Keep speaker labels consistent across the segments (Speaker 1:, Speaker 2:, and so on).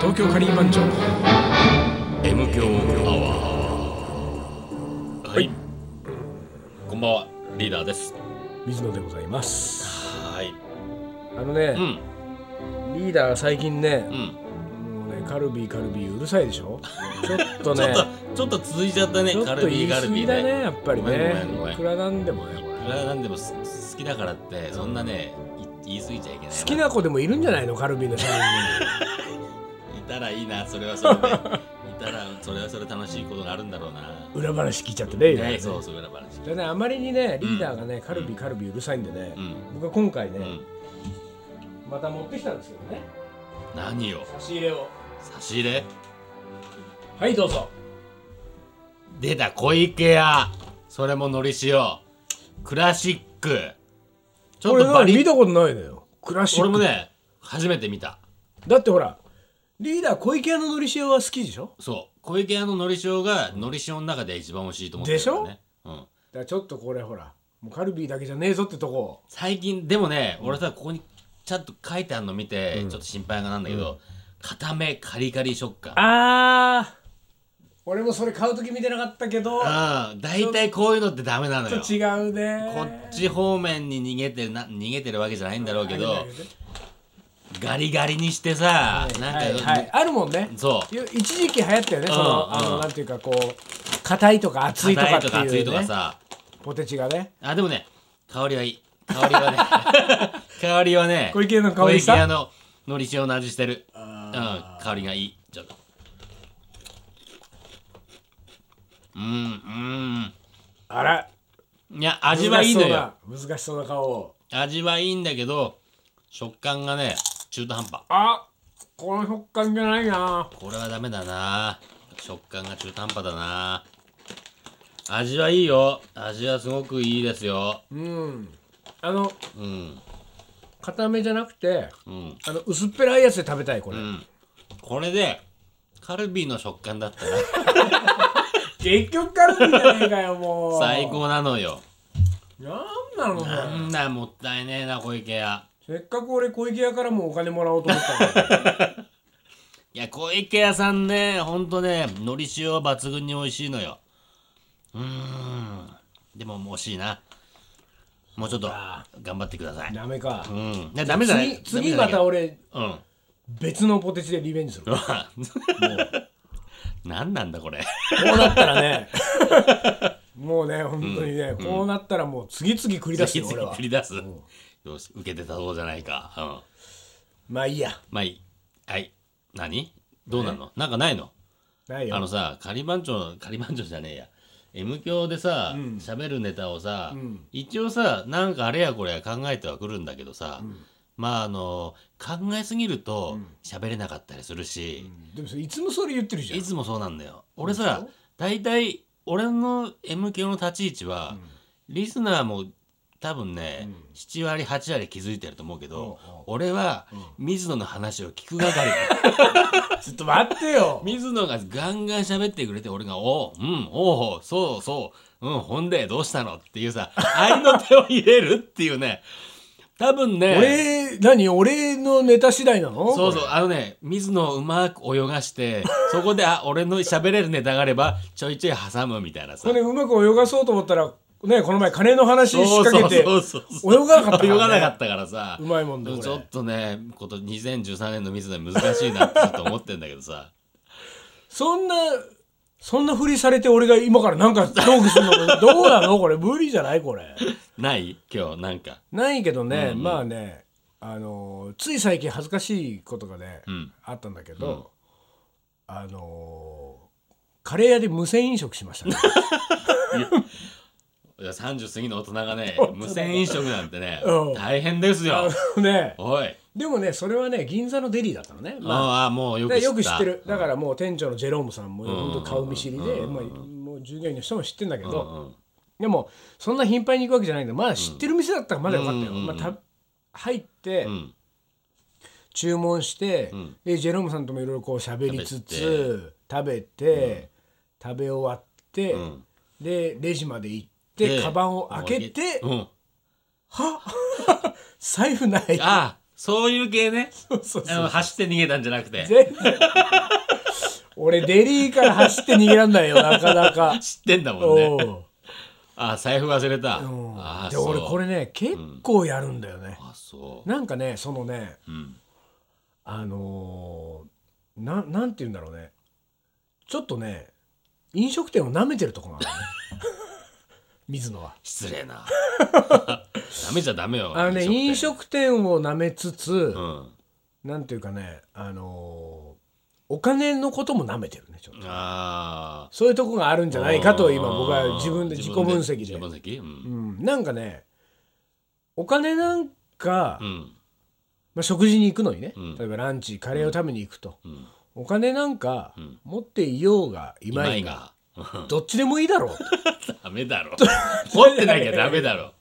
Speaker 1: 東京カリー番長
Speaker 2: M 強アワーはい、こんばんはリーダーです
Speaker 1: 水野でございます
Speaker 2: はい
Speaker 1: あのね
Speaker 2: う、ん
Speaker 1: リーダーが最近ね
Speaker 2: う、ん
Speaker 1: もうねカルビーカルビーうるさいでしょちょっと
Speaker 2: ちょ
Speaker 1: ね
Speaker 2: っとちょっと続い ちゃったね
Speaker 1: ちょっ
Speaker 2: カ
Speaker 1: と
Speaker 2: ル
Speaker 1: 言
Speaker 2: ビ
Speaker 1: い
Speaker 2: ーカ
Speaker 1: 過
Speaker 2: ルビ
Speaker 1: ぎ
Speaker 2: ー
Speaker 1: だ
Speaker 2: ね
Speaker 1: ねやっぱり
Speaker 2: ごめんご
Speaker 1: ね
Speaker 2: めんごめん
Speaker 1: いくらなんでもねこ
Speaker 2: い
Speaker 1: れ
Speaker 2: くらなんでもす好きだからってそんなねい言い過ぎちゃいけない
Speaker 1: 好きな子でもいるんじゃないのカルビーの社員
Speaker 2: いたらいいなそれはそれで いたらそれはそれ楽しいことがあるんだろうな
Speaker 1: に裏話聞いちゃってねいろいろ
Speaker 2: ね
Speaker 1: ね
Speaker 2: そうそう裏話
Speaker 1: でねあまりにねリーダーがね、カルビーカルビーうるさいんでね、
Speaker 2: うん
Speaker 1: 僕は今回ね、
Speaker 2: うん
Speaker 1: また持ってきたんですけどね
Speaker 2: 何よ
Speaker 1: 差し入れを
Speaker 2: 差し入れ
Speaker 1: はいどうぞ
Speaker 2: 出た小池屋それものり塩クラシックちょっ
Speaker 1: 俺
Speaker 2: とバ
Speaker 1: なんか
Speaker 2: リ
Speaker 1: 見たことないのよクラシック
Speaker 2: 俺もね初めて見た
Speaker 1: だってほらリーダー小池屋ののり塩は好きでしょ
Speaker 2: そう小池屋ののり塩がのり塩の中で一番美味しいと思ってるからねうん、
Speaker 1: だからちょっとこれほらもうカルビーだけじゃねえぞってとこ
Speaker 2: 最近でもね俺さここにちゃんと書いてあるの見て、ちょっと心配がなんだけど、固めカリカリ食感
Speaker 1: あー俺もそれ買う時見てなかったけど
Speaker 2: うん大体こういうのってダメなの
Speaker 1: ちょ
Speaker 2: よ
Speaker 1: っと違うね
Speaker 2: こっち方面に逃げてるな逃げてるわけじゃないんだろうけどガリガリにしてさ、なんか、
Speaker 1: はいはいあるもんね
Speaker 2: そう
Speaker 1: い一時期流行ったよねその、
Speaker 2: うん
Speaker 1: あ
Speaker 2: う
Speaker 1: の
Speaker 2: ん
Speaker 1: なんていうかこう硬いとか熱いとかっ
Speaker 2: 硬い
Speaker 1: て
Speaker 2: とか熱
Speaker 1: い、
Speaker 2: いうと
Speaker 1: ね
Speaker 2: か、さ
Speaker 1: ポテチがね
Speaker 2: あでもね香りはいい香りは ね香りはね
Speaker 1: 小池屋の香りした
Speaker 2: 小池屋ののり塩の味してるうん香りがいいちょっとうん
Speaker 1: あら
Speaker 2: うんいや味はいいのよ
Speaker 1: 難しそうな難しそうな顔を
Speaker 2: 味はいいんだけど食感がね中途半端
Speaker 1: あこの食感じゃないな
Speaker 2: これはダメだな食感が中途半端だな味はいいよ味はすごくいいですよ
Speaker 1: うんあの
Speaker 2: うん
Speaker 1: 固めじゃなくて
Speaker 2: うん
Speaker 1: あの薄っぺらいやつで食べたいこれ、
Speaker 2: うんこれでカルビーの食感だったら
Speaker 1: 結局からじゃねえかよもう
Speaker 2: 最高なのよ
Speaker 1: なんなのこれ
Speaker 2: なんだもったいねえな小池屋
Speaker 1: せっかく俺小池屋からもお金もらおうと思ったのに
Speaker 2: いや小池屋さんねほんとねのり塩抜群に美味しいのようーんでももう惜しいなもうちょっと頑張ってください
Speaker 1: ダメか
Speaker 2: うんねダメじゃない
Speaker 1: 次次また俺
Speaker 2: うん
Speaker 1: 別のポテチでリベンジするもう
Speaker 2: 何なんだこれ
Speaker 1: こうなったら ねもうね本当にね、こうなったらもう次々繰り出す
Speaker 2: 次
Speaker 1: よ俺
Speaker 2: 々
Speaker 1: は
Speaker 2: 繰り出すよし受けてたそうじゃないかうん
Speaker 1: まあいいや
Speaker 2: まあいいはい何どうなのなんかないの
Speaker 1: ないよ
Speaker 2: あのさ仮番長仮番長じゃねえや M 教でさ喋、るネタをさ、一応さなんかあれやこれや考えてはくるんだけどさ、まああの考えすぎると喋れなかったりするし、
Speaker 1: でもそれいつもそれ言ってるじゃん
Speaker 2: いつもそうなんだよ俺さ大体俺の M 教の立ち位置は、リスナーも多分ね、7割8割気づいてると思うけど、俺は、水野の話を聞く係だよ
Speaker 1: ちょっと待って よ
Speaker 2: 水野がガンガン喋ってくれて俺が「おううんおうそうそううんほんでどうしたの?」っていうさ 愛の手を入れるっていうね多分ね
Speaker 1: 俺何俺のネタ次第なの
Speaker 2: そう
Speaker 1: こ
Speaker 2: そうあのね水野をうまく泳 がしてそこであ俺の喋れるネタがあればちょいちょい挟むみたいなさ
Speaker 1: れこれうまく泳がそうと思ったらねこの前カレーの話引っ掛けて
Speaker 2: そうそうそうそう
Speaker 1: 泳がなかったらね
Speaker 2: 泳がなかったからさ
Speaker 1: うまいもんだこれ
Speaker 2: ちょっとねこと2013年の水野難しいなってちょっと思ってんだけどさ
Speaker 1: そんなそんなふりされて俺が今からなんかトークするのどうなのこれ無理じゃないこれ
Speaker 2: ない今日なんか
Speaker 1: ないけどね、まあねあのーつい最近恥ずかしいことがね、
Speaker 2: ん
Speaker 1: あったんだけど、あのーカレー屋で無銭飲食しま したね
Speaker 2: いや30過ぎの大人がね無銭飲食なんてね
Speaker 1: うん
Speaker 2: 大変ですよ
Speaker 1: あのね
Speaker 2: おい
Speaker 1: でもねそれはね銀座のデリーだったのね、まあ
Speaker 2: ああもうよく
Speaker 1: で
Speaker 2: 知った
Speaker 1: よく知ってるだからもう店長のジェロームさんも本当顔見知りで、まあ、もう従業員の人も知ってんだけど、でもそんな頻繁に行くわけじゃないんでまあ知ってる店だったらまだよかったよ、
Speaker 2: うんうんうん
Speaker 1: まあ、た入って、
Speaker 2: ん
Speaker 1: 注文して、
Speaker 2: ん
Speaker 1: でジェロームさんともいろいろこう喋りつつ食べて食べ終わって、
Speaker 2: うん
Speaker 1: でレジまで行って、
Speaker 2: で
Speaker 1: カバンを開けて、
Speaker 2: うん
Speaker 1: 財布ない
Speaker 2: あそういう系ね
Speaker 1: そうそう
Speaker 2: あ
Speaker 1: そう
Speaker 2: の走って逃げたんじゃなくて
Speaker 1: 全然俺デリーから走って逃げらんないよなかなか
Speaker 2: 知ってんだもん
Speaker 1: お
Speaker 2: ね
Speaker 1: う
Speaker 2: あ財布忘れた
Speaker 1: うん
Speaker 2: あ
Speaker 1: で
Speaker 2: そう
Speaker 1: 俺これね結構やるんだよね、
Speaker 2: あそう
Speaker 1: なんかねそのね
Speaker 2: うん
Speaker 1: あのー、ななんて言うんだろうねちょっとね飲食店を舐めてるとこ なんだよね水野は。
Speaker 2: 失礼 なダメじゃダメよ
Speaker 1: あのね飲食店を舐めつつ
Speaker 2: う、ん
Speaker 1: なんていうかねあのーお金のことも舐めてるねちょっと
Speaker 2: ああ
Speaker 1: そういうとこがあるんじゃないかと今僕は自分で自己分析で
Speaker 2: 自己分析う
Speaker 1: うんん、なんかねお金なんか、
Speaker 2: うん
Speaker 1: まあ、食事に行くのにね、
Speaker 2: うん
Speaker 1: 例えばランチカレーを食べに行くと、
Speaker 2: うん
Speaker 1: お金なんか
Speaker 2: うん
Speaker 1: 持っていようがいま
Speaker 2: 今
Speaker 1: い
Speaker 2: 井
Speaker 1: が
Speaker 2: がうん
Speaker 1: どっちでもいいだろう
Speaker 2: ダメだろ持ってなきゃダメだろ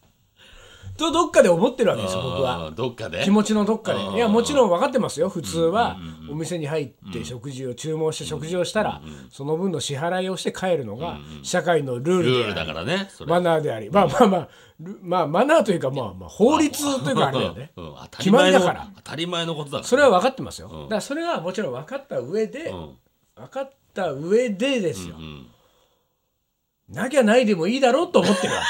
Speaker 1: とどっかで思ってるわけですよ僕
Speaker 2: う
Speaker 1: は
Speaker 2: んどっかで
Speaker 1: 気持ちのどっか
Speaker 2: あー
Speaker 1: でいやもちろん分かってますよ普通は
Speaker 2: うんうん
Speaker 1: お店に入って食事を注文して食事をしたら
Speaker 2: うん
Speaker 1: その分の支払いをして帰るのが
Speaker 2: うんうん
Speaker 1: 社会のルー
Speaker 2: ル
Speaker 1: ル
Speaker 2: ール
Speaker 1: であ
Speaker 2: だ
Speaker 1: り
Speaker 2: からねそれ
Speaker 1: マナーでありまあまあまあルまあマナーというかまあまあ法律というかあれだよね
Speaker 2: うんうん当た
Speaker 1: 決
Speaker 2: り
Speaker 1: ま
Speaker 2: 前
Speaker 1: り
Speaker 2: の
Speaker 1: だから
Speaker 2: 当たり前のことだから
Speaker 1: それは分かってますよ
Speaker 2: ん
Speaker 1: だからそれはもちろん分かった上で
Speaker 2: うん
Speaker 1: 分かった上でですよ
Speaker 2: うん
Speaker 1: なきゃないでもいいだろうと思ってるわ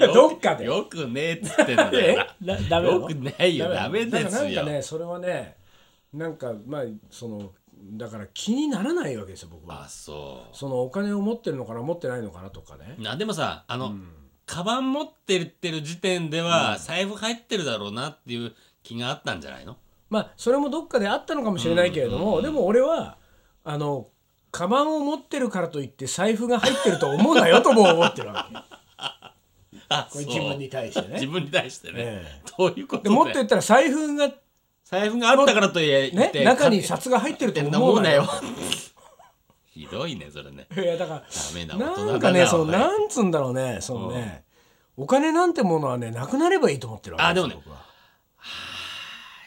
Speaker 1: け どっかで
Speaker 2: よくねえっつってんだ
Speaker 1: え
Speaker 2: よ
Speaker 1: なダメなの
Speaker 2: よくないよダメで
Speaker 1: だ
Speaker 2: す
Speaker 1: からなんか
Speaker 2: よ
Speaker 1: ねそれはねなんかまあそのだから気にならないわけですよ僕は
Speaker 2: あそう
Speaker 1: そのお金を持ってるのかな持ってないのかなとかね
Speaker 2: なでもさあの、カバン持ってるってる時点では、財布入ってるだろうなっていう気があったんじゃないの
Speaker 1: まあそれもどっかであったのかもしれないけれども、でも俺はあのカバンを持ってるからといって財布が入ってると思うなよとも思ってるわけ
Speaker 2: あ
Speaker 1: こ
Speaker 2: そう
Speaker 1: れ自分に対して ね
Speaker 2: 自分に対してね、
Speaker 1: え
Speaker 2: どういうこと
Speaker 1: で
Speaker 2: で
Speaker 1: もっと言ったら財布が
Speaker 2: 財布があったからといえ言
Speaker 1: ね
Speaker 2: って
Speaker 1: 中に
Speaker 2: 買っ
Speaker 1: 札が入ってると
Speaker 2: てんだ
Speaker 1: 思
Speaker 2: も
Speaker 1: うんな
Speaker 2: だよ
Speaker 1: よ
Speaker 2: ひどいねそれね
Speaker 1: いやだから
Speaker 2: ダメな大人だ
Speaker 1: なんかね、その
Speaker 2: お前
Speaker 1: なんつうんだろうね、そのね、お金なんてものはね、なくなればいいと思ってるわけ
Speaker 2: あでもね
Speaker 1: 僕は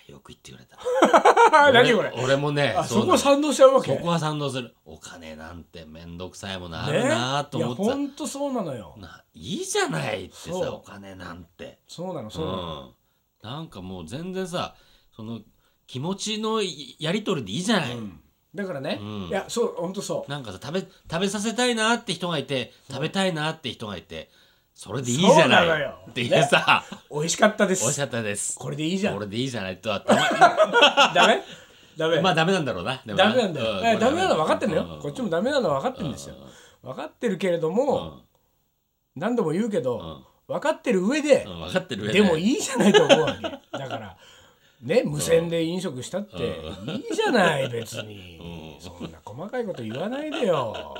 Speaker 2: よく言ってくれた
Speaker 1: あ 何こ
Speaker 2: 俺
Speaker 1: れ。
Speaker 2: 俺もね
Speaker 1: あそ
Speaker 2: そうな
Speaker 1: こ
Speaker 2: の
Speaker 1: は賛同しちゃうわけ。
Speaker 2: そ
Speaker 1: ね
Speaker 2: こは賛同するお金なんてめんどくさいものあるなと
Speaker 1: いや
Speaker 2: 思ってた、
Speaker 1: 本当そうなのよ。
Speaker 2: ないいじゃないってさ
Speaker 1: そう
Speaker 2: お金なんて
Speaker 1: そうなの、
Speaker 2: う
Speaker 1: そうなの。
Speaker 2: んなんかもう全然さその気持ちのやり取りでいいじゃない、
Speaker 1: うんだからね、
Speaker 2: うん
Speaker 1: いや、そう、本当そう。
Speaker 2: なんかさ食べ食べさせたいなって人がいて食べたいなって人がいてそれでいいじゃな
Speaker 1: そうないのよ
Speaker 2: って言ってさ、
Speaker 1: 美味しかったで
Speaker 2: おっし
Speaker 1: す。
Speaker 2: ゃったです
Speaker 1: これでいいじゃ
Speaker 2: こ
Speaker 1: ん。
Speaker 2: れでいいじゃないとは た
Speaker 1: ダ メダメ。
Speaker 2: ままあダメなんだろうなでも
Speaker 1: ダメなんだ
Speaker 2: う
Speaker 1: よ。えダメなの分かってんだ
Speaker 2: う
Speaker 1: よ。こっちもダメなの分かってんですよ。分かってるけれど
Speaker 2: うん
Speaker 1: も、何度も言うけ
Speaker 2: う
Speaker 1: ど
Speaker 2: ん、
Speaker 1: 分かってる上で、
Speaker 2: うん分かってる上
Speaker 1: でもいいじゃないと思う わけだからね無線で飲食したって
Speaker 2: う
Speaker 1: いいじゃない別に
Speaker 2: うん
Speaker 1: そんな細かいこと言わないでよ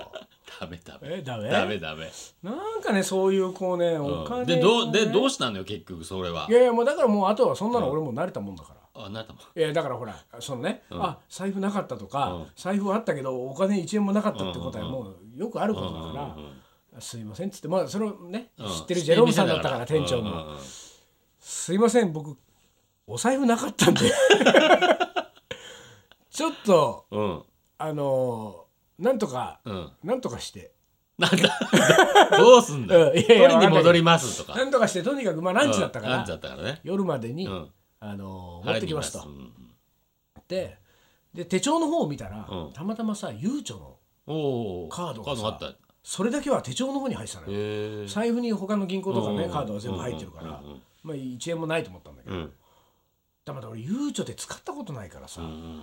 Speaker 2: ダメダメ
Speaker 1: えダメ
Speaker 2: ダメダメ、
Speaker 1: なんかねそういうこうねお
Speaker 2: う
Speaker 1: 金
Speaker 2: ん、でど
Speaker 1: が
Speaker 2: う
Speaker 1: ね
Speaker 2: でどうしたのよ結局それはい
Speaker 1: やいやもうだからもうあとはそんなの俺もう慣れたもんだから。
Speaker 2: あなたも
Speaker 1: いやだからほらそのね、
Speaker 2: ん
Speaker 1: あ財布なかったとか、
Speaker 2: うん
Speaker 1: 財布はあったけどお金1円もなかったってことは
Speaker 2: うんうん
Speaker 1: もうよくあることだから、
Speaker 2: うんうん
Speaker 1: すいませんっつってまあそれをね、
Speaker 2: うん
Speaker 1: 知ってるジェロームさんだったから店長も、
Speaker 2: うんうんうん
Speaker 1: すいません僕お財布なかったんで ちょっと
Speaker 2: うん。
Speaker 1: あのーなんとか
Speaker 2: うん。
Speaker 1: なんとかして
Speaker 2: なんだ どうすんだよ。
Speaker 1: うんいやいや
Speaker 2: 取りに戻りますとか。
Speaker 1: なんとかしてとにかくまあランチだったから、
Speaker 2: ランチだったからね。
Speaker 1: 夜までに、
Speaker 2: うん。
Speaker 1: あのー持ってきますと
Speaker 2: 払いに行きます
Speaker 1: でで手帳の方を見たら、
Speaker 2: うん
Speaker 1: たまたまさゆうちょの
Speaker 2: うんおお。
Speaker 1: カード
Speaker 2: カ
Speaker 1: が
Speaker 2: ー
Speaker 1: さ
Speaker 2: ドがあった。へ
Speaker 1: それだけは手帳の方に入ってたのよ、
Speaker 2: え。
Speaker 1: 財布に他の銀行とかね、
Speaker 2: うん
Speaker 1: カードは全部入ってるから、
Speaker 2: うんうんうん
Speaker 1: まあ1円もないと思ったんだけ
Speaker 2: う
Speaker 1: ど、
Speaker 2: ん。
Speaker 1: だまだ俺ゆうちょで使ったことないからさ、
Speaker 2: うん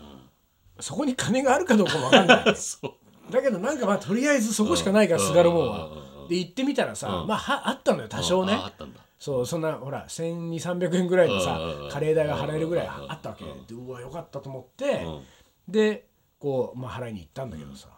Speaker 1: そこに金があるかどうかわかんない
Speaker 2: そ
Speaker 1: だけどなんかまあとりあえずそこしかないからすがるもんは
Speaker 2: うんうんうんうん。
Speaker 1: で行ってみたらさ、
Speaker 2: うん
Speaker 1: まあはあったのよ多少ね
Speaker 2: ああったんだ。
Speaker 1: そうそんなほら1200300円ぐらいのさ
Speaker 2: うんうんうん
Speaker 1: カレー代が払えるぐらいあったわけ
Speaker 2: う
Speaker 1: で
Speaker 2: んうんうん
Speaker 1: うわよかったと思って
Speaker 2: うん
Speaker 1: でこう、まあ、払いに行ったんだけどさ、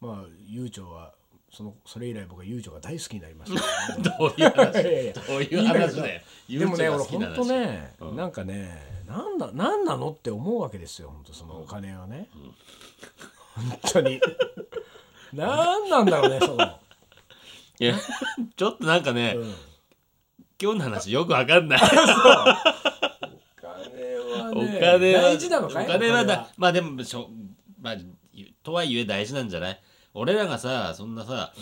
Speaker 1: まあ悠長はそのそれ以来僕は悠長が大好きになりま した
Speaker 2: どういう話
Speaker 1: い やいや
Speaker 2: どういう話だよ。
Speaker 1: でもね
Speaker 2: ユー
Speaker 1: 俺
Speaker 2: チ
Speaker 1: ほ
Speaker 2: ューブが
Speaker 1: ん
Speaker 2: 好
Speaker 1: と
Speaker 2: きな話。
Speaker 1: ね、なんかねなんだなんなのって思うわけですよほんとそのお金はね、本当 になんなんだろうねその。
Speaker 2: いや、ちょっとなんかね
Speaker 1: う、ん
Speaker 2: 今日の話よくわかんない。
Speaker 1: お金は
Speaker 2: お
Speaker 1: ね
Speaker 2: 金は
Speaker 1: 大事なのかい
Speaker 2: お金はだまあでもしょ、まあ、ゆとはいえ大事なんじゃない俺らがさそんなさ、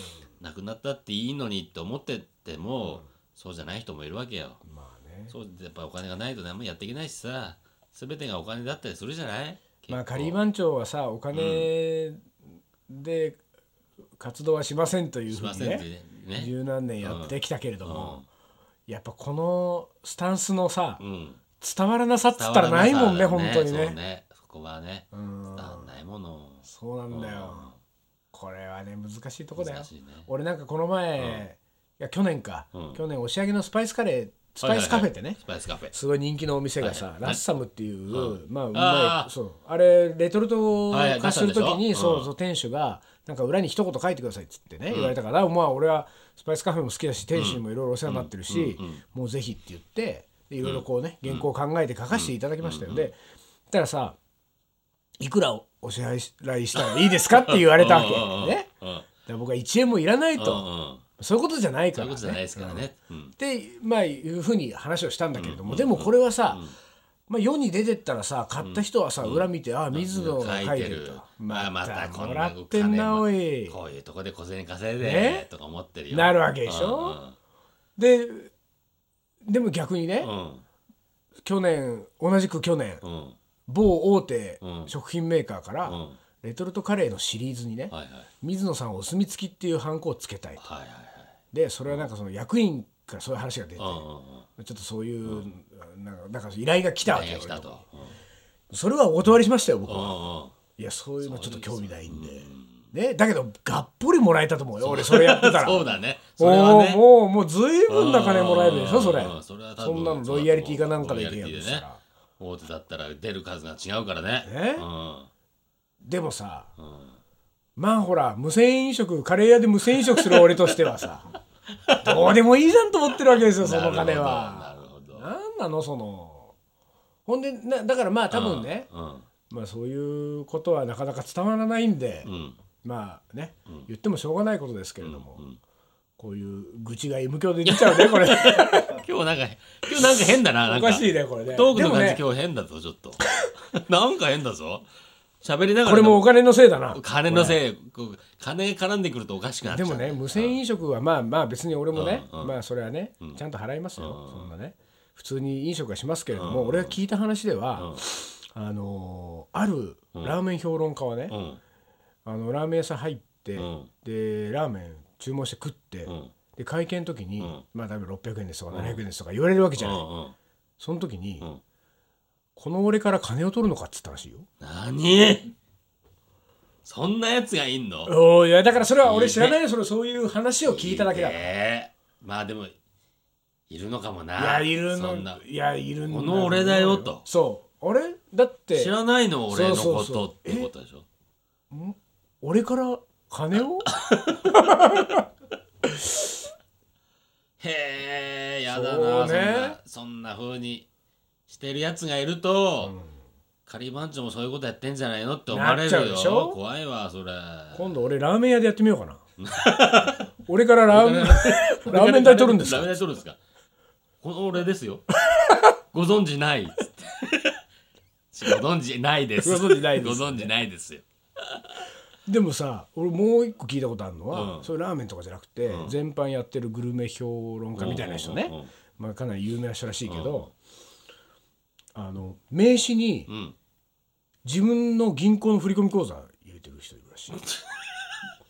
Speaker 2: 亡くなったっていいのにって思ってても、そうじゃない人もいるわけよ
Speaker 1: まあね
Speaker 2: そうやっぱお金がないと何もやっていけないしさ全てがお金だったりするじゃない
Speaker 1: まあ
Speaker 2: 結構
Speaker 1: 仮番長はさお金で活動はしませんという
Speaker 2: し
Speaker 1: ふう
Speaker 2: ま
Speaker 1: に
Speaker 2: せんって
Speaker 1: ね
Speaker 2: ねね
Speaker 1: 十何年やってきたけれども、やっぱこのスタンスのさ、
Speaker 2: うん
Speaker 1: 伝わらなさっつったらないもんね
Speaker 2: 伝わ
Speaker 1: 本
Speaker 2: らなさ
Speaker 1: 当
Speaker 2: だよ
Speaker 1: に
Speaker 2: そう
Speaker 1: ね
Speaker 2: ねそこはね
Speaker 1: う
Speaker 2: 伝
Speaker 1: ん
Speaker 2: わんないもの
Speaker 1: そうなんだよ、これはね難しいとこだよ
Speaker 2: 難しいね
Speaker 1: 俺なんかこの前、
Speaker 2: うん
Speaker 1: いや去年か、
Speaker 2: うん
Speaker 1: 去年押し上げのスパイスカレースパイスカフェってね、
Speaker 2: スパイスカフェ
Speaker 1: すごい人気のお店がさ、
Speaker 2: はい
Speaker 1: ラッサムっていう、
Speaker 2: はい
Speaker 1: まあう
Speaker 2: あ
Speaker 1: ま
Speaker 2: ー
Speaker 1: いそうあれレトルト
Speaker 2: はい
Speaker 1: 化するとき
Speaker 2: 出
Speaker 1: に
Speaker 2: したでしょ
Speaker 1: そううんそう店主がなんか裏に一言書いてくださいっつってね、言われたからまあ俺はスパイスカフェも好きだし店主にもいろいろお世話になってるし、もうぜひって言ってでいろいろこうね、原稿を考えて書かせていただきましたよ、でたらさいくらおお支払いしたらいいですかって言われたわけ
Speaker 2: うんうんうん
Speaker 1: ね
Speaker 2: うん
Speaker 1: で僕は1円もいらない
Speaker 2: うん
Speaker 1: と
Speaker 2: うん
Speaker 1: そういうことじゃない
Speaker 2: そ
Speaker 1: か
Speaker 2: ういう
Speaker 1: ら
Speaker 2: ことじゃない
Speaker 1: ね
Speaker 2: ですからねうん
Speaker 1: って、まあ、いうふうに話をしたんだけれども、でもこれはさ、まあ、世に出てったらさ買った人はさ、裏見て「ああ水野が書いてると」
Speaker 2: まあまたこ
Speaker 1: も
Speaker 2: ん
Speaker 1: ら
Speaker 2: な
Speaker 1: ってんなおい
Speaker 2: こういうとこで小銭稼いで
Speaker 1: ね
Speaker 2: とか思ってるよ
Speaker 1: なるわけでしょででも逆にね、
Speaker 2: うんうん
Speaker 1: 去年同じく去年
Speaker 2: うんうん
Speaker 1: 某大手
Speaker 2: うん
Speaker 1: 食品メーカーから、
Speaker 2: うん
Speaker 1: レトルトカレーのシリーズにね、
Speaker 2: はいはい
Speaker 1: 水野さんお墨付きっていうハンコをつけたいと
Speaker 2: はいはい
Speaker 1: でそれはなんかその役員からそういう話が出て、
Speaker 2: はいうんうんうん
Speaker 1: ちょっとそういう、なんかなんか依頼が来たわけよ
Speaker 2: 来たとうん
Speaker 1: それはお断りしましたよ僕は。
Speaker 2: うんうん
Speaker 1: いやそういうのちょっと興味ないんで。ね、だけどがっぽりもらえたと思うよ俺 それやってたら
Speaker 2: そうだねそれは
Speaker 1: おー
Speaker 2: ね
Speaker 1: もうもうずいぶんな金もらえるでし
Speaker 2: う
Speaker 1: ょ
Speaker 2: ん
Speaker 1: それ
Speaker 2: うんそれは多分
Speaker 1: そんなのロイヤリティかなんかでいけんやつしたら、
Speaker 2: 大手だったら出る数が違うからね
Speaker 1: ね
Speaker 2: うん
Speaker 1: でもさ
Speaker 2: うん
Speaker 1: まあほら無銭飲食カレー屋で無銭飲食する俺としては さどうでもいいじゃんと思ってるわけですよその金
Speaker 2: な
Speaker 1: は
Speaker 2: るほどなるほど
Speaker 1: なんなのそのほんでなだからまあ多分ね、
Speaker 2: うん
Speaker 1: まあそういうことはなかなか伝わらないんで、
Speaker 2: うん
Speaker 1: まあね、言ってもしょうがないことですけれども、
Speaker 2: うん
Speaker 1: こういう愚痴が M 教で出ちゃうね これ
Speaker 2: 今日なんか今日なんか変だななん
Speaker 1: お
Speaker 2: か
Speaker 1: かしいねこれね
Speaker 2: トーク
Speaker 1: で
Speaker 2: の
Speaker 1: も
Speaker 2: 感じ、
Speaker 1: ね
Speaker 2: 今日変だぞちょっと なんか変だぞ喋りながら
Speaker 1: これもお金のせいだな
Speaker 2: 金のせいこう金絡んでくるとおかしくなっち
Speaker 1: で
Speaker 2: ゃう
Speaker 1: もね無銭飲食はまあまあ別に俺もね、
Speaker 2: うんうん
Speaker 1: まあそれはね、ちゃんと払いますよ、そんなね普通に飲食はしますけれども、俺が聞いた話では、あのーあるラーメン評論家はね
Speaker 2: う、ん
Speaker 1: あのラーメン屋さん入って、
Speaker 2: ん
Speaker 1: でラーメン注文して食って、
Speaker 2: ん
Speaker 1: で会計の時に、
Speaker 2: ん
Speaker 1: まあ多分600円ですとか700円ですとか言われるわけじ
Speaker 2: う
Speaker 1: ゃない、
Speaker 2: んうん
Speaker 1: その時に、
Speaker 2: うん
Speaker 1: この俺から金を取るのかっつったらしいよ
Speaker 2: 何そんなやつがいんの
Speaker 1: おーいやだからそれは俺知らないよそれそういう話を聞いただけだ
Speaker 2: いい
Speaker 1: から
Speaker 2: ねまあでもいるのかもない
Speaker 1: やいる
Speaker 2: そ
Speaker 1: の
Speaker 2: んない
Speaker 1: やいるんだ
Speaker 2: この俺だよと
Speaker 1: そう俺だって
Speaker 2: 知らないの俺のこ
Speaker 1: そうそうそう
Speaker 2: とってことでしょ
Speaker 1: 俺から金 を
Speaker 2: へえやだなそ,、
Speaker 1: そうね
Speaker 2: んなそんな風にしてるやつがいると、仮番長もそういうことやってんじゃないのって思われ
Speaker 1: なっ
Speaker 2: る
Speaker 1: ちゃう
Speaker 2: よ
Speaker 1: でしょ
Speaker 2: 怖いわそれ
Speaker 1: 今度俺ラーメン屋でやってみようかな 俺からラーメンラーメン代取るんです
Speaker 2: ラー
Speaker 1: か
Speaker 2: メン代取るんですかこの俺で すよご存知ないっつってご存知ないです
Speaker 1: ご存知ないです
Speaker 2: ご存知ないですよ
Speaker 1: でもさ俺もう一個聞いたことあるのは、
Speaker 2: うん
Speaker 1: それラーメンとかじゃなくて、全般やってるグルメ評論家みたいな人ね、
Speaker 2: うんうんうん
Speaker 1: まあ、かなり有名な人らしいけど、あの名刺に
Speaker 2: うん
Speaker 1: 自分の銀行の振込口座入れてる人いるらしい。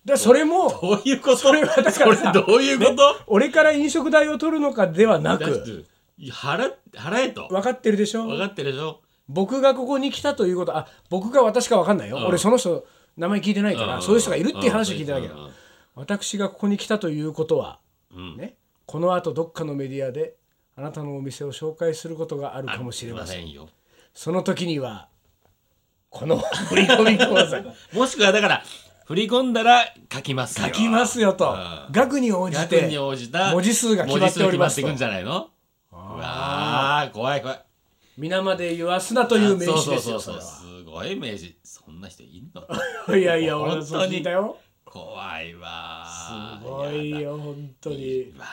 Speaker 1: でそれも
Speaker 2: どういうことそれ
Speaker 1: はだからさ
Speaker 2: どういうこと
Speaker 1: 俺から飲食代を取るのかではな
Speaker 2: だっ
Speaker 1: く
Speaker 2: て払払えと
Speaker 1: 分かってるでし
Speaker 2: 分
Speaker 1: ょ
Speaker 2: かってるでしょ
Speaker 1: 僕がここに来たということあ僕が私か分かんないよ、俺その人名前聞いてないから、
Speaker 2: ん
Speaker 1: そういう人がいるっていう話を聞いてないけ
Speaker 2: う
Speaker 1: ど、
Speaker 2: んうん
Speaker 1: 私がここに来たということは、
Speaker 2: ん
Speaker 1: ね、このあとどっかのメディアであなたのお店を紹介することがあるかもしれません
Speaker 2: ありんよ
Speaker 1: その時にはこの振り込み口座
Speaker 2: もしくはだから振り込んだら書きますよ
Speaker 1: 書きますよと
Speaker 2: うん
Speaker 1: 額に応じ
Speaker 2: 額
Speaker 1: て
Speaker 2: に応じた
Speaker 1: 文字数が決まっております
Speaker 2: 文字数決まっていくんじゃないのうわー怖い怖い
Speaker 1: 皆まで言わすなという名
Speaker 2: そう
Speaker 1: 刺
Speaker 2: そう
Speaker 1: です
Speaker 2: そ
Speaker 1: よそ
Speaker 2: うそ
Speaker 1: れ
Speaker 2: うすごい名刺そんな人いんの
Speaker 1: はいやいや
Speaker 2: 本当
Speaker 1: 俺は
Speaker 2: に
Speaker 1: そう聞いたよ
Speaker 2: 怖いわー
Speaker 1: すごいよ本当に
Speaker 2: わ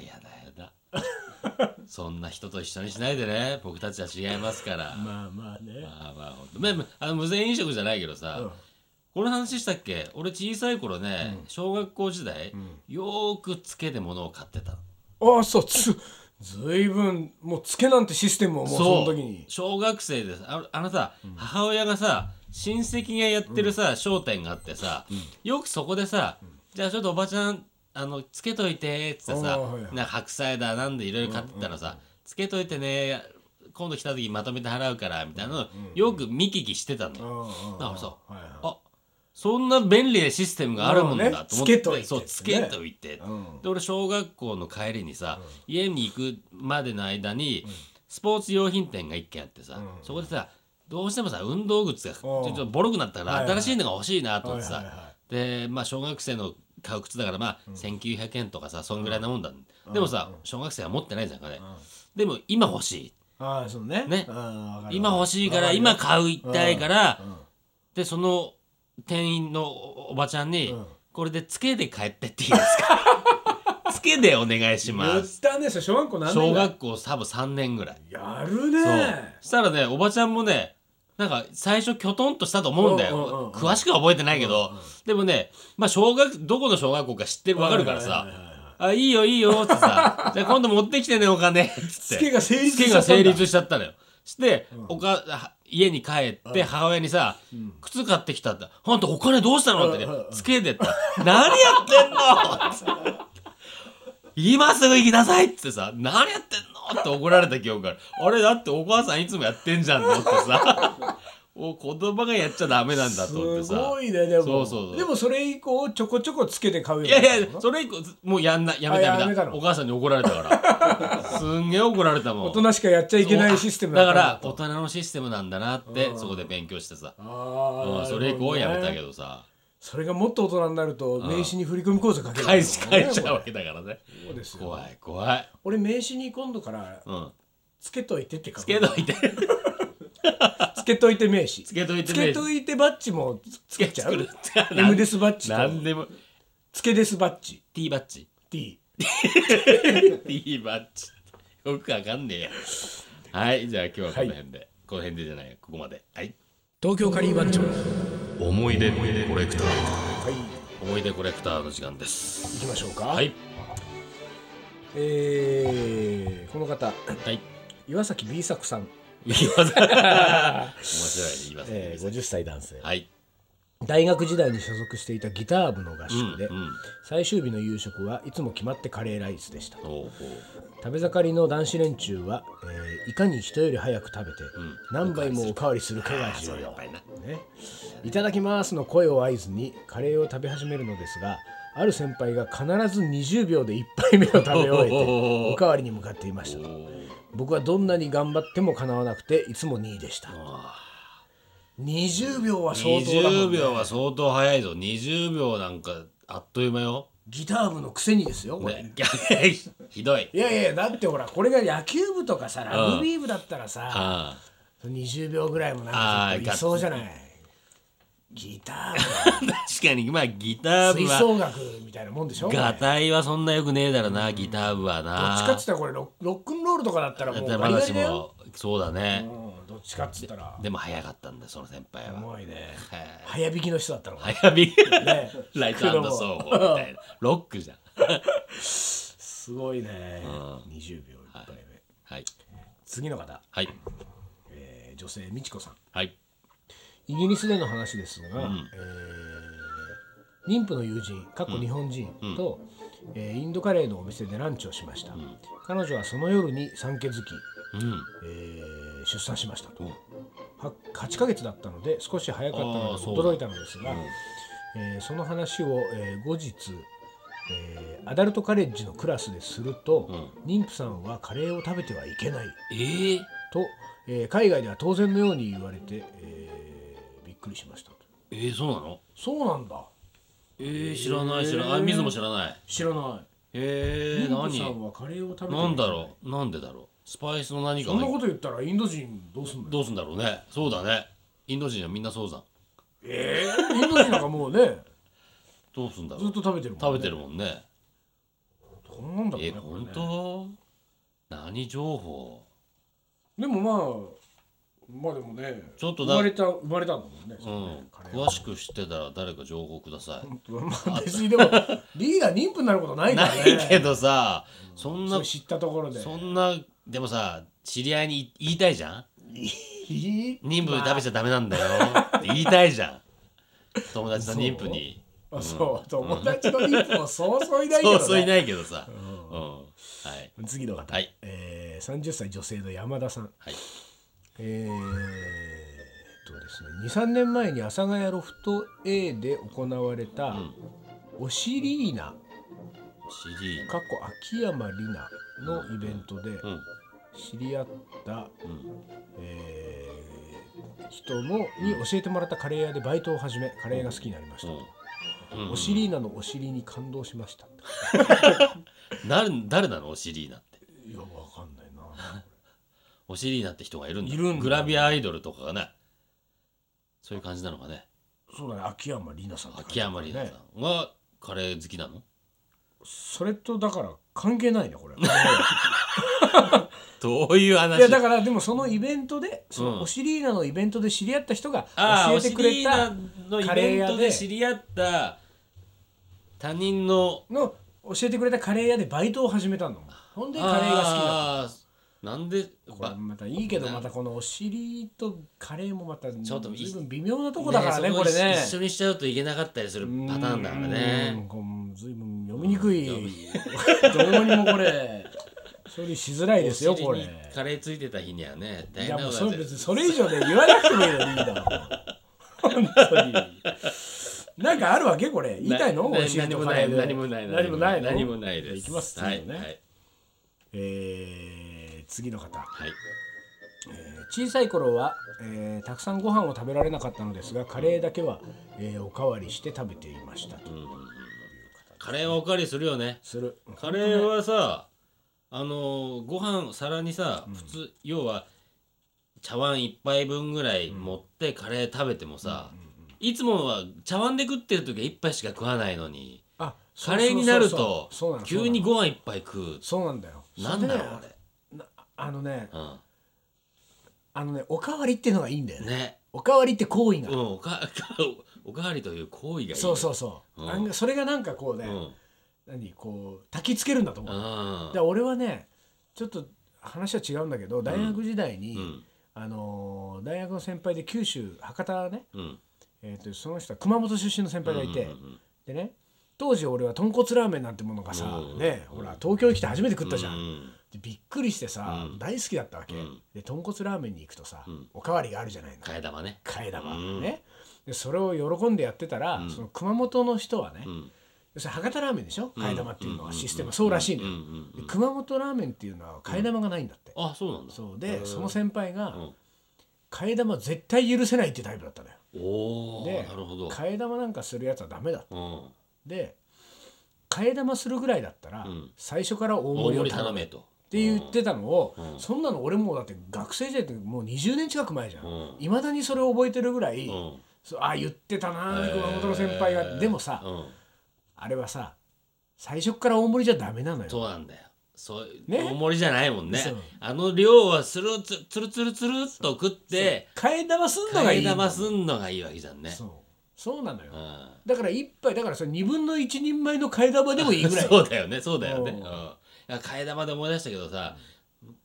Speaker 2: あやだやだそんな人と一緒にしないでね僕たちは違いますからま
Speaker 1: まあまあね
Speaker 2: あまあほんとまあまああの無銭飲食じゃないけどさ、
Speaker 1: うん
Speaker 2: この話したっけ俺小さい頃ね、小学校時代、よーくつけで物を買ってたの
Speaker 1: ああそうつずいぶんもうつけなんてシステムをもうその時に
Speaker 2: 小学生でさああのさ、母親がさ親戚がやってるさ、商店があってさ、よくそこでさ、じゃあちょっとおばちゃんあのつけといて」っつってさ、
Speaker 1: あーはいはい
Speaker 2: なんか白菜だなんでいろいろ買ってたらさ、つけといてね今度来た時まとめて払うから」みたいなの、よく見聞きしてたのよ。
Speaker 1: だ
Speaker 2: だからさ
Speaker 1: はいはい
Speaker 2: あそんな便利なシステムがあるもんだと思って、
Speaker 1: まあね
Speaker 2: そう
Speaker 1: つ
Speaker 2: つ
Speaker 1: け
Speaker 2: け
Speaker 1: といてね
Speaker 2: といて、
Speaker 1: うん
Speaker 2: で俺小学校の帰りにさ、家に行くまでの間に、スポーツ用品店が1軒あってさ、そこでさどうしてもさ運動靴がちょっとボロくなった
Speaker 1: は
Speaker 2: か
Speaker 1: い
Speaker 2: ら
Speaker 1: はい
Speaker 2: 新しいのが欲しいなと思ってさ、
Speaker 1: はいはいは
Speaker 2: でまあ小学生の買う靴だからまあ、1900円とかさそんぐらいなもんだ、でもさ、小学生は持ってないじゃんこれ、でも今欲しい
Speaker 1: ああそうね
Speaker 2: ね
Speaker 1: ああ
Speaker 2: 今欲しいから今買う一体から、でその店員のおばちゃんに、
Speaker 1: うん
Speaker 2: これでつけで帰ってっていいです かつけでお願いし
Speaker 1: 言
Speaker 2: ま
Speaker 1: っ
Speaker 2: す
Speaker 1: たんですよ小学校何
Speaker 2: 小
Speaker 1: 年
Speaker 2: 学校多分3年ぐらい
Speaker 1: やる
Speaker 2: そう
Speaker 1: ね
Speaker 2: そしたらねおばちゃんもねなんか最初きょとんとしたと思うんだよ、
Speaker 1: うんうんうんうん
Speaker 2: 詳しくは覚えてないけど、でもねまあ小学どこの小学校か知ってるわかるからさ、
Speaker 1: はいはいはいはい
Speaker 2: あいいよいいよってさじゃあ今度持ってきてねお金っつ
Speaker 1: つ
Speaker 2: って
Speaker 1: けが成立し
Speaker 2: 付
Speaker 1: ち
Speaker 2: け
Speaker 1: ゃ
Speaker 2: が
Speaker 1: ったん
Speaker 2: 成
Speaker 1: だ
Speaker 2: 立しちゃったのよして、おかは家に帰って母親にさ、靴買ってきたって「あんたお金どうしたの?」ってね
Speaker 1: うんうんうん
Speaker 2: つけてった「何やってんの?」って今すぐ行きなさい」ってさ「何やってんの?」って怒られた記憶があるあれだってお母さんいつもやってんじゃんと思って さお言葉がやっちゃダメなんだと思って
Speaker 1: す
Speaker 2: さ
Speaker 1: ごいねでも
Speaker 2: そうそうそう
Speaker 1: でもそれ以降ちょこちょこつけて買うようになっ
Speaker 2: い
Speaker 1: たの
Speaker 2: やいやそれ以降もうやんなやめ
Speaker 1: あ
Speaker 2: た
Speaker 1: や
Speaker 2: や
Speaker 1: め
Speaker 2: め
Speaker 1: た
Speaker 2: た
Speaker 1: の
Speaker 2: お母さんに怒られ たからすんげえ怒られたもん
Speaker 1: 大人しかやっちゃいけないシステム
Speaker 2: だ
Speaker 1: った
Speaker 2: か
Speaker 1: んだ
Speaker 2: ら
Speaker 1: と
Speaker 2: 大人のシステムなんだなってそこで勉強してさ
Speaker 1: あ
Speaker 2: うん
Speaker 1: あ
Speaker 2: それ以降はやめたけ
Speaker 1: どね
Speaker 2: どさ
Speaker 1: それがもっと大人になると名刺に振り込み口座かける
Speaker 2: 返し返しちゃうわけだからね
Speaker 1: そうですよ
Speaker 2: 怖い怖い
Speaker 1: 俺名刺に今度から
Speaker 2: うん
Speaker 1: つけといてって書く
Speaker 2: つけ といて
Speaker 1: つけといて名刺
Speaker 2: つけといて
Speaker 1: つけといてバッジもつけちゃ
Speaker 2: つけ
Speaker 1: う
Speaker 2: るつける
Speaker 1: M ですバッジ
Speaker 2: 何
Speaker 1: と
Speaker 2: でも
Speaker 1: つけですバッジ
Speaker 2: T バッジ
Speaker 1: T
Speaker 2: T バッジよくわかんねえやはいじゃあ今日はこの辺でこの辺でじゃないよここまではい
Speaker 1: 東京カリー番長は
Speaker 2: 思い出コレク
Speaker 1: い
Speaker 2: ター思い出コレクターの時間です
Speaker 1: 行きましょうか
Speaker 2: はい
Speaker 1: えーこの方
Speaker 2: はい
Speaker 1: 岩崎 B 作さん、
Speaker 2: 言いません面白いね言いません
Speaker 1: えー、50歳男性
Speaker 2: はい
Speaker 1: 大学時代に所属していたギター部の合
Speaker 2: うん
Speaker 1: 宿で、
Speaker 2: うん
Speaker 1: 最終日の夕食はいつも決まってカレーライスでした
Speaker 2: おうおう
Speaker 1: 食べ盛りの男子連中は、えーいかに人より早く食べて、
Speaker 2: ん
Speaker 1: 何杯もおかわりするかが重
Speaker 2: そうやっ
Speaker 1: 要
Speaker 2: ぱりな
Speaker 1: ね、いただきますの声を合図にカレーを食べ始めるのですがある先輩が必ず20秒で1杯目を食べ終えておかわりに向かっていましたと
Speaker 2: おう
Speaker 1: 僕はどんなに頑張ってもかなわなくていつも2位でした20秒は相当だも
Speaker 2: 20
Speaker 1: ん、ね、
Speaker 2: 秒は相当早いぞ20秒なんかあっという間よ、
Speaker 1: ギター部のくせにですよこれ、
Speaker 2: ね、 ひどい
Speaker 1: いやいやだってほらこれが野球部とかさラグビー部だったらさ、
Speaker 2: あ
Speaker 1: 20秒ぐらいもなんかちょっといそうじゃないギター
Speaker 2: あ確かにまあギター
Speaker 1: 部吹
Speaker 2: 部は
Speaker 1: 奏楽みたいなもんでしょこれ
Speaker 2: ガタイはそんなよくねえだろなギター部は
Speaker 1: どっちかっ
Speaker 2: な
Speaker 1: つったらこれロロックンロールとかだったらもうガリガ
Speaker 2: 話
Speaker 1: リだよ、
Speaker 2: もそうだ
Speaker 1: う
Speaker 2: ね
Speaker 1: ん、どっちかっつったら
Speaker 2: でも早かったんだよその先輩
Speaker 1: す
Speaker 2: は
Speaker 1: ごいね
Speaker 2: はい
Speaker 1: 早弾きの人だったのかな
Speaker 2: 早火
Speaker 1: ね
Speaker 2: ライトソーホーみたいなロックじゃん
Speaker 1: すごいね20秒いっぱい目、
Speaker 2: はい
Speaker 1: 次の方、
Speaker 2: はい
Speaker 1: えー女性みちこさん
Speaker 2: はい
Speaker 1: イギリスでの話ですが、えー妊婦の友人かっこ日本人と、えーインドカレーのお店でランチをしました、彼女はその夜に産気づき、
Speaker 2: うん
Speaker 1: えー出産しましたと、は8ヶ月だったので少し早かったの
Speaker 2: あー
Speaker 1: で
Speaker 2: そうだ
Speaker 1: 驚いたのですがそ,、えーその話を、えー後日、えーアダルトカレッジのクラスですると、妊婦さんはカレーを食べてはいけない
Speaker 2: えー、
Speaker 1: と、えー海外では当然のように言われて、えーびっくりしましたと
Speaker 2: えー、そうなの
Speaker 1: そうなんだ
Speaker 2: えー、知らない知らない水も知らない
Speaker 1: 知らない
Speaker 2: え
Speaker 1: 妊
Speaker 2: ー、何
Speaker 1: 婦さんはカレーを食べて
Speaker 2: なんだろうなんでだろうスパイスの何か
Speaker 1: そんな
Speaker 2: が
Speaker 1: こと言ったらインド人どうすんのよ
Speaker 2: どうすんだろうねそうだねインド人はみんなそうだ
Speaker 1: えー、インド人なんかもうね
Speaker 2: どうすんだろ
Speaker 1: ずっ
Speaker 2: う
Speaker 1: と食べてるもん、ね、
Speaker 2: 食べてるもんね
Speaker 1: こんなんだもん
Speaker 2: え
Speaker 1: ね
Speaker 2: ー、
Speaker 1: これ
Speaker 2: 本
Speaker 1: ね
Speaker 2: 当何情報
Speaker 1: でもまあまあでもね
Speaker 2: ちょっと
Speaker 1: 生
Speaker 2: だ
Speaker 1: まれた生まれたんだもんね、
Speaker 2: うん、
Speaker 1: カレーは
Speaker 2: 詳しく知ってたら誰か情報ください。
Speaker 1: まあ別にでもリーダー妊婦になることないから
Speaker 2: な
Speaker 1: ね
Speaker 2: いけどさ、そん
Speaker 1: そ
Speaker 2: な
Speaker 1: れ、知ったところで
Speaker 2: そんな、でもさ、知り合いに言いたいじゃん
Speaker 1: いい
Speaker 2: 妊婦食べちゃダメなんだよって言いたいじゃん。友達の妊婦に。
Speaker 1: あそう友達の妊婦もそうそういないけど、
Speaker 2: そ
Speaker 1: ね、
Speaker 2: うそういないけどさ。うん。はい。
Speaker 1: 次の方、
Speaker 2: はい
Speaker 1: えー、30歳女性の山田さん
Speaker 2: はい。
Speaker 1: えー、とですね23年前に阿佐ヶ谷ロフト A で行われた、オシリーナ
Speaker 2: シリー
Speaker 1: 過去秋山里奈のイベントで
Speaker 2: うん。
Speaker 1: 知り合った、
Speaker 2: うん。
Speaker 1: えー人のに教えてもらったカレー屋でバイトを始めカレーが好きになりました、
Speaker 2: うん。
Speaker 1: オシリーナのお尻に感動しました
Speaker 2: なる誰なのお尻なんて。
Speaker 1: いやわかんないな
Speaker 2: お尻なんて人がいるんだ。
Speaker 1: いるんだ
Speaker 2: グラビアアイドルとかがね。そういう感じなのかね。
Speaker 1: そうだね秋山里奈さんって書い
Speaker 2: 秋
Speaker 1: てあるから
Speaker 2: 山里
Speaker 1: ね
Speaker 2: 奈さんはカレー好きなの
Speaker 1: それとだから関係ないね これ
Speaker 2: どういう話
Speaker 1: いやだからでもそのイベントでそ
Speaker 2: うん
Speaker 1: のおしりーナのイベントで知り合った人が
Speaker 2: ああ
Speaker 1: 教えてくれた
Speaker 2: お尻の
Speaker 1: カ
Speaker 2: イ
Speaker 1: レー
Speaker 2: ベン
Speaker 1: 屋
Speaker 2: ト
Speaker 1: で
Speaker 2: で知り合った他人の
Speaker 1: の教えてくれたカレー屋でバイトを始めたのほんでカレーが好きだ
Speaker 2: あーなんで
Speaker 1: これ
Speaker 2: ば
Speaker 1: またいいけど
Speaker 2: な
Speaker 1: またこのお尻とカレーもまた
Speaker 2: ょっとい
Speaker 1: 随分微妙なとこだからね
Speaker 2: そ
Speaker 1: これね
Speaker 2: 一緒にしちゃうといけなかったりするパターンだから
Speaker 1: うーん
Speaker 2: ね
Speaker 1: こう随分読みにくい
Speaker 2: 読み
Speaker 1: どうにもこれ処理しづらいですよ
Speaker 2: お尻
Speaker 1: これ
Speaker 2: にカレーついてた日にはね大
Speaker 1: いや
Speaker 2: 変
Speaker 1: も
Speaker 2: な
Speaker 1: う
Speaker 2: こと
Speaker 1: そ
Speaker 2: にな
Speaker 1: れ
Speaker 2: っちゃう
Speaker 1: 別にそれ以上ね言わなくてもいいのリーダーも本当になんかあるわけこれ言いたいの
Speaker 2: な
Speaker 1: 教え
Speaker 2: 何
Speaker 1: て
Speaker 2: も
Speaker 1: もら
Speaker 2: な
Speaker 1: え
Speaker 2: い
Speaker 1: る
Speaker 2: 何もない
Speaker 1: 何もないの
Speaker 2: 何もないです
Speaker 1: いきます
Speaker 2: は
Speaker 1: 次
Speaker 2: い
Speaker 1: のね
Speaker 2: はいはい
Speaker 1: えー次の方えー小さい頃は、えーたくさんご飯を食べられなかったのですがカレーだけは、えーおかわりして食べていましたと
Speaker 2: カレーはおかわりするよね
Speaker 1: する
Speaker 2: カレーはさあのーご飯皿にさ、普通要は茶碗一杯分ぐらい持ってカレー食べてもさ、いつもは茶碗で食ってる時は一杯しか食わないのに
Speaker 1: あそう
Speaker 2: カレーになる
Speaker 1: そ
Speaker 2: と
Speaker 1: うそうそうなの
Speaker 2: 急にご飯一杯食う
Speaker 1: そうなんだよ
Speaker 2: なんだろう
Speaker 1: それであのね
Speaker 2: あ
Speaker 1: あのねおかわりっていうのがいいんだよ
Speaker 2: れ
Speaker 1: ね
Speaker 2: ね
Speaker 1: おかわりって行為が、
Speaker 2: うんおか おかわりという行為がいい
Speaker 1: そうそうそう、
Speaker 2: うん
Speaker 1: あん、それがなんかこうね、
Speaker 2: うん
Speaker 1: 何こう焚きつけるんだと思う、
Speaker 2: あ
Speaker 1: で俺はねちょっと話は違うんだけど大学時代に、
Speaker 2: うん
Speaker 1: あのー大学の先輩で九州博多ね、
Speaker 2: うん
Speaker 1: えー、とその人は熊本出身の先輩がいて、
Speaker 2: うんうんうん
Speaker 1: でね当時俺は豚骨ラーメンなんてものがさ、
Speaker 2: うん
Speaker 1: ねほら東京に来て初めて食ったじゃん、
Speaker 2: うん
Speaker 1: でびっくりしてさ、
Speaker 2: うん
Speaker 1: 大好きだったわけ、
Speaker 2: うん
Speaker 1: で豚骨ラーメンに行くとさ、
Speaker 2: ん
Speaker 1: おかわりがあるじゃないの
Speaker 2: 替え玉ね
Speaker 1: 替え玉、
Speaker 2: うん
Speaker 1: ねでそれを喜んでやってたら、その熊本の人はね、
Speaker 2: ん
Speaker 1: 要するに博多ラーメンでしょ替え玉っていうの
Speaker 2: う
Speaker 1: は
Speaker 2: ん
Speaker 1: システムはそうらしいのよ、
Speaker 2: うんうんう
Speaker 1: で
Speaker 2: ん
Speaker 1: 熊本ラーメンっていうのは替え玉がないんだって、
Speaker 2: あそうなんだ
Speaker 1: そうでその先輩が
Speaker 2: うん
Speaker 1: 替え玉絶対許せないっていうタイプだったのよ
Speaker 2: おお
Speaker 1: で
Speaker 2: なるほど
Speaker 1: 替え玉なんかするやつはダメだって
Speaker 2: うん
Speaker 1: で替え玉するぐらいだったら、
Speaker 2: ん
Speaker 1: 最初から大
Speaker 2: 大
Speaker 1: 盛
Speaker 2: 盛
Speaker 1: りを
Speaker 2: り
Speaker 1: 頼
Speaker 2: 頼
Speaker 1: めっ
Speaker 2: めと。
Speaker 1: て言ってたのを、
Speaker 2: うん
Speaker 1: そんなの俺もうだって学生時代ってもう20年近く前じゃん
Speaker 2: うん
Speaker 1: いま、未だにそれを覚えてるぐらい、
Speaker 2: うん
Speaker 1: そうあ言ってたなー熊本の先輩が、
Speaker 2: えー
Speaker 1: でもさ、
Speaker 2: うん
Speaker 1: あれはさ最初から大盛りじゃダメなのよ
Speaker 2: そうなんだよ。そう
Speaker 1: ね
Speaker 2: 大盛りじゃないもんね
Speaker 1: そう。
Speaker 2: あの量はつるつつるつるつるっと食って
Speaker 1: 替え玉すんのが
Speaker 2: 替
Speaker 1: い
Speaker 2: え
Speaker 1: いの
Speaker 2: 玉すんのがいいわけじゃんね。
Speaker 1: そうそうなのよ、
Speaker 2: うん
Speaker 1: だから一杯だからそれ2分の1人前の替え玉でもいいぐらい
Speaker 2: そうだよねそうだよね。
Speaker 1: う
Speaker 2: うんんいや替え玉で思い出したけどさ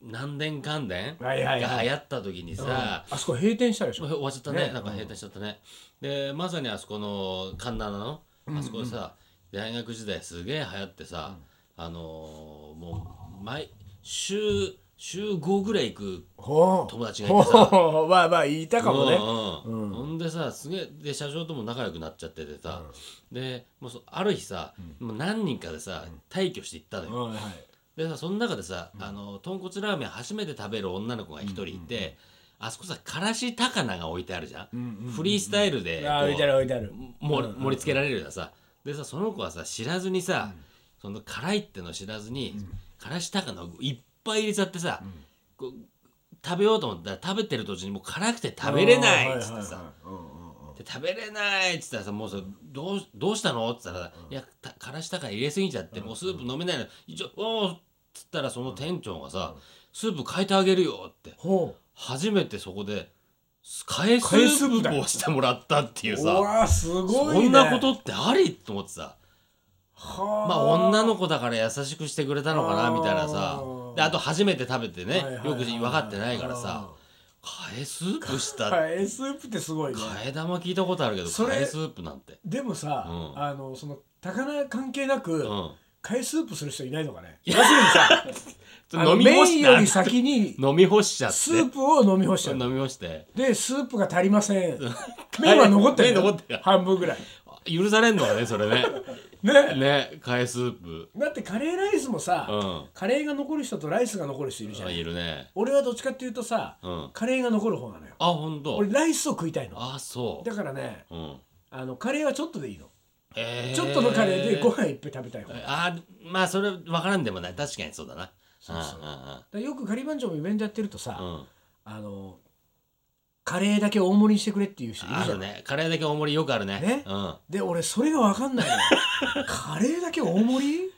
Speaker 2: 南電関電が
Speaker 1: はいはいはい
Speaker 2: 流行った時にさ
Speaker 1: あ。あそこ閉店したでし
Speaker 2: もう
Speaker 1: ょ
Speaker 2: 終わっちゃったね
Speaker 1: ね
Speaker 2: なんか閉店しちゃったね、でまさにあそこの神奈川のあそこでさ、大学時代すげえ流行ってさ、あのーもう毎週週5ぐらい行く
Speaker 1: ほう
Speaker 2: 友達がいてさ
Speaker 1: ほうほう まあまあいたかもね
Speaker 2: うんうんほんでさすげえで社長とも仲良くなっちゃっててさ、でもうそある日さ、もう何人かでさ退去して行ったのよ、
Speaker 1: はいはい
Speaker 2: でさその中でさ、あの豚骨ラーメン初めて食べる女の子が一人いて、あそこさからし高菜が置いてあるじゃん,、フリースタイルで
Speaker 1: あ
Speaker 2: こう
Speaker 1: 置いてある置いてある
Speaker 2: 盛り盛り付けられるようなさでさその子はさ知らずにさ、その辛いっての知らずに、からし高菜をいっぱい入れちゃってさ、こう食べようと思ったら食べてる途中にもう辛くて食べれないっつってさ、
Speaker 1: うんうんうん
Speaker 2: で食べれないっつったらさもうさどうどうしたのっつったら「いやたからし高い入れすぎちゃってもうスープ飲めないの一応おーっつったらその店長がさ「スープ変えてあげるよ」って
Speaker 1: ほう
Speaker 2: 初めてそこで替えス
Speaker 1: 替えスー
Speaker 2: ー
Speaker 1: プだ
Speaker 2: プ
Speaker 1: よ
Speaker 2: をしてもらったっていう
Speaker 1: う
Speaker 2: さ
Speaker 1: わすごいね
Speaker 2: そんなことってありと思ってさ
Speaker 1: は
Speaker 2: まあ女の子だから優しくしてくれたのか
Speaker 1: あ
Speaker 2: な
Speaker 1: ー
Speaker 2: みたいなさであと初めて食べて
Speaker 1: は
Speaker 2: ね
Speaker 1: いはいはい
Speaker 2: よく分かってないからさ替えスープした替
Speaker 1: 替えスープってすごいね
Speaker 2: え玉聞いたことあるけど
Speaker 1: それ
Speaker 2: 替えスープなんて
Speaker 1: でもさ、
Speaker 2: うん
Speaker 1: あのその高菜関係な
Speaker 2: う
Speaker 1: く、
Speaker 2: ん
Speaker 1: 替えスープする人いないのかね
Speaker 2: 要するにさ
Speaker 1: あの
Speaker 2: 飲み干
Speaker 1: 麺
Speaker 2: し
Speaker 1: よ
Speaker 2: た
Speaker 1: り先に
Speaker 2: 飲み干しちゃって
Speaker 1: スープを飲み干しちゃう
Speaker 2: 飲み干して
Speaker 1: でスープが足りません 麺は残ってる
Speaker 2: 麺残ってる
Speaker 1: 半分ぐらい
Speaker 2: 許されんのかねそ れね
Speaker 1: ね
Speaker 2: ね替えスープ
Speaker 1: だってカレーライスもさ、
Speaker 2: うん
Speaker 1: カレーが残る人とライスが残る人いるじゃん、
Speaker 2: あいるね
Speaker 1: 俺はどっちかっていうとさ、
Speaker 2: うん
Speaker 1: カレーが残る方なのよ
Speaker 2: あ本当
Speaker 1: 俺ライスを食いたいの
Speaker 2: あそう
Speaker 1: だからね
Speaker 2: うん
Speaker 1: あのカレーはちょっとでいいの、
Speaker 2: えー
Speaker 1: ちょっとのカレーでご飯いっぱい食べたい方、
Speaker 2: あーまあそれ分からんでもない確かにそうだな
Speaker 1: そうそうだ
Speaker 2: あ
Speaker 1: からよくカリバンジョもイベントやってるとさ、
Speaker 2: ーあーうん
Speaker 1: あのカレーだけ大盛りにしてくれっていう人いる
Speaker 2: あ
Speaker 1: じゃ
Speaker 2: る
Speaker 1: ん、
Speaker 2: ねカレーだけ大盛りよくあるね
Speaker 1: ね
Speaker 2: うん、
Speaker 1: で俺それが分かんない のよカレーだけ大盛り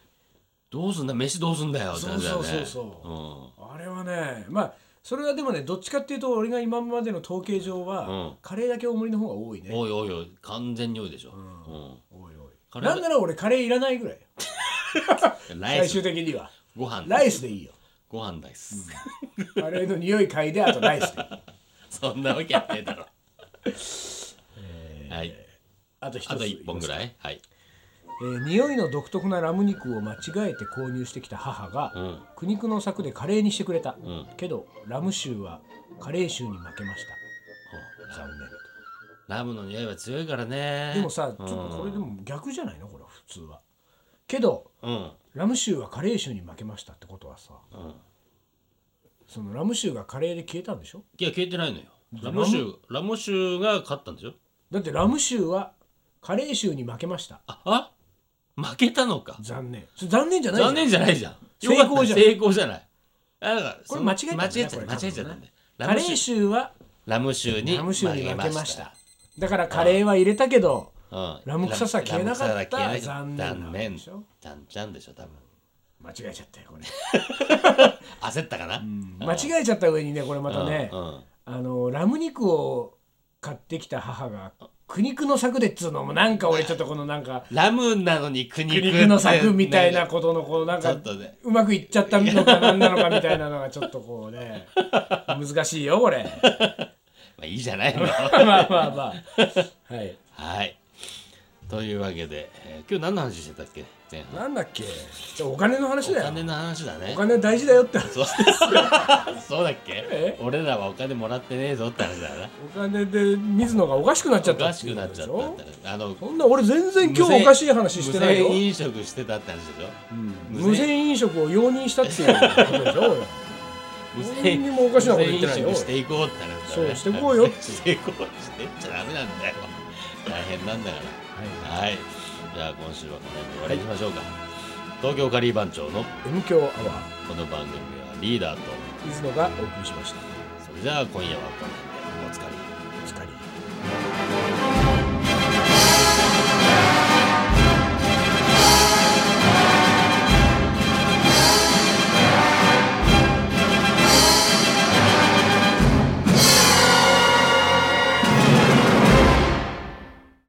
Speaker 2: どうすんだ飯どうすんだよって感じだよね
Speaker 1: そうそうそうあれはねまあそれはでもねどっちかっていうと俺が今までの統計上は、
Speaker 2: うん
Speaker 1: カレーだけ大盛りの方が多いね
Speaker 2: うん、おいおいおい完全に多いでしょ、うん
Speaker 1: おいお
Speaker 2: カ
Speaker 1: い
Speaker 2: レー
Speaker 1: なんなら俺カレーいらないぐらいよ
Speaker 2: ライ
Speaker 1: 最
Speaker 2: ス
Speaker 1: 終的には
Speaker 2: ご飯
Speaker 1: ライスでいいよ
Speaker 2: ご飯ライス、
Speaker 1: カレーの匂い嗅いであとライスでいい
Speaker 2: そんなわけやねえだろ、はい
Speaker 1: あと一つ
Speaker 2: あと1本ぐ
Speaker 1: い、
Speaker 2: らいはい
Speaker 1: えー匂いの独特なラム肉を間違えて購入してきた母が、
Speaker 2: うん
Speaker 1: 苦肉の策でカレーにしてくれた、
Speaker 2: ん
Speaker 1: けどラム臭はカレー臭に負けました残
Speaker 2: ラムの匂いは強いからね
Speaker 1: 念でもさちょっとこれでも逆じゃないのこれ普通はけど
Speaker 2: うん
Speaker 1: ラム臭はカレー臭に負けましたってことはさ
Speaker 2: うん
Speaker 1: そのラム臭がカレーで消えたんでしょ
Speaker 2: いや消えてないのよラムシュラムシュが勝ったんでしょ
Speaker 1: だってラム臭はカレー臭に負けました
Speaker 2: ああ負けたのか
Speaker 1: 残念それ残念じゃないじゃ
Speaker 2: 残
Speaker 1: ん
Speaker 2: 念じゃないじゃん
Speaker 1: 成功じゃん
Speaker 2: よかった成功じゃないあだから
Speaker 1: これ間違えたんだ
Speaker 2: 間
Speaker 1: ね
Speaker 2: 違えちゃった
Speaker 1: これ多分ね
Speaker 2: 間違えちゃったんだよ
Speaker 1: カ
Speaker 2: ラ
Speaker 1: レ
Speaker 2: ム
Speaker 1: ー
Speaker 2: シュ
Speaker 1: 臭は
Speaker 2: ラムシュに
Speaker 1: ラム臭に負けました
Speaker 2: 負
Speaker 1: だからカレーは入れたけど
Speaker 2: けましたうん
Speaker 1: ラム臭さ消えなかった
Speaker 2: ラム臭さ消えなか
Speaker 1: 残念な
Speaker 2: 残念
Speaker 1: でしょ
Speaker 2: ちゃんちゃんでしょ多分
Speaker 1: 間違えちゃったよこれ
Speaker 2: 焦ったかな
Speaker 1: 間違えちゃった上にねこれまたね、
Speaker 2: うんうん
Speaker 1: あのラム肉を買ってきた母が苦肉の策でっつうのもなんか俺ちょっとこのなんか
Speaker 2: ラムなのに苦肉
Speaker 1: 苦
Speaker 2: って
Speaker 1: 肉の策みたいなことのこうなん
Speaker 2: ちょ
Speaker 1: か
Speaker 2: っとね
Speaker 1: うまくいっちゃったのか何なのかみたいなのがちょっとこうね難しいよこれ
Speaker 2: まあいいじゃないの
Speaker 1: まあまあまあはい
Speaker 2: はい。というわけで、えー今日何の話してたっけ前半。
Speaker 1: なんだっけお金の話
Speaker 2: お
Speaker 1: だよ
Speaker 2: 金の話だね
Speaker 1: お。金大事だよって
Speaker 2: そう そうだっけ
Speaker 1: え
Speaker 2: 俺らはお金もらってねえぞって話だな。
Speaker 1: お金で水野がおかしくなっちゃっ
Speaker 2: お
Speaker 1: た
Speaker 2: か
Speaker 1: って
Speaker 2: し
Speaker 1: いうこ
Speaker 2: くな
Speaker 1: と
Speaker 2: っ
Speaker 1: で
Speaker 2: ち
Speaker 1: し
Speaker 2: ゃっ
Speaker 1: ょ
Speaker 2: たって。あの、
Speaker 1: そんな俺全然今日おかしい話してないよ
Speaker 2: 無銭飲食してたって話でしょ。
Speaker 1: うん
Speaker 2: 無
Speaker 1: 無銭飲食を容認したっていうことで しょ俺何にもおかしなこと言ってないよ
Speaker 2: 無銭飲食していこうって話だね。
Speaker 1: そうしてこうよ
Speaker 2: していこう。してっちゃダメなんだよ。大変なんだから。はい。じゃあ今週はこの辺で終わりにしましょうか。東京カリー番長の
Speaker 1: M 強アワー
Speaker 2: この番組はリーダーと
Speaker 1: 水野がお送りしました
Speaker 2: それじゃあ今夜はこの辺でお疲れ。
Speaker 1: お疲れ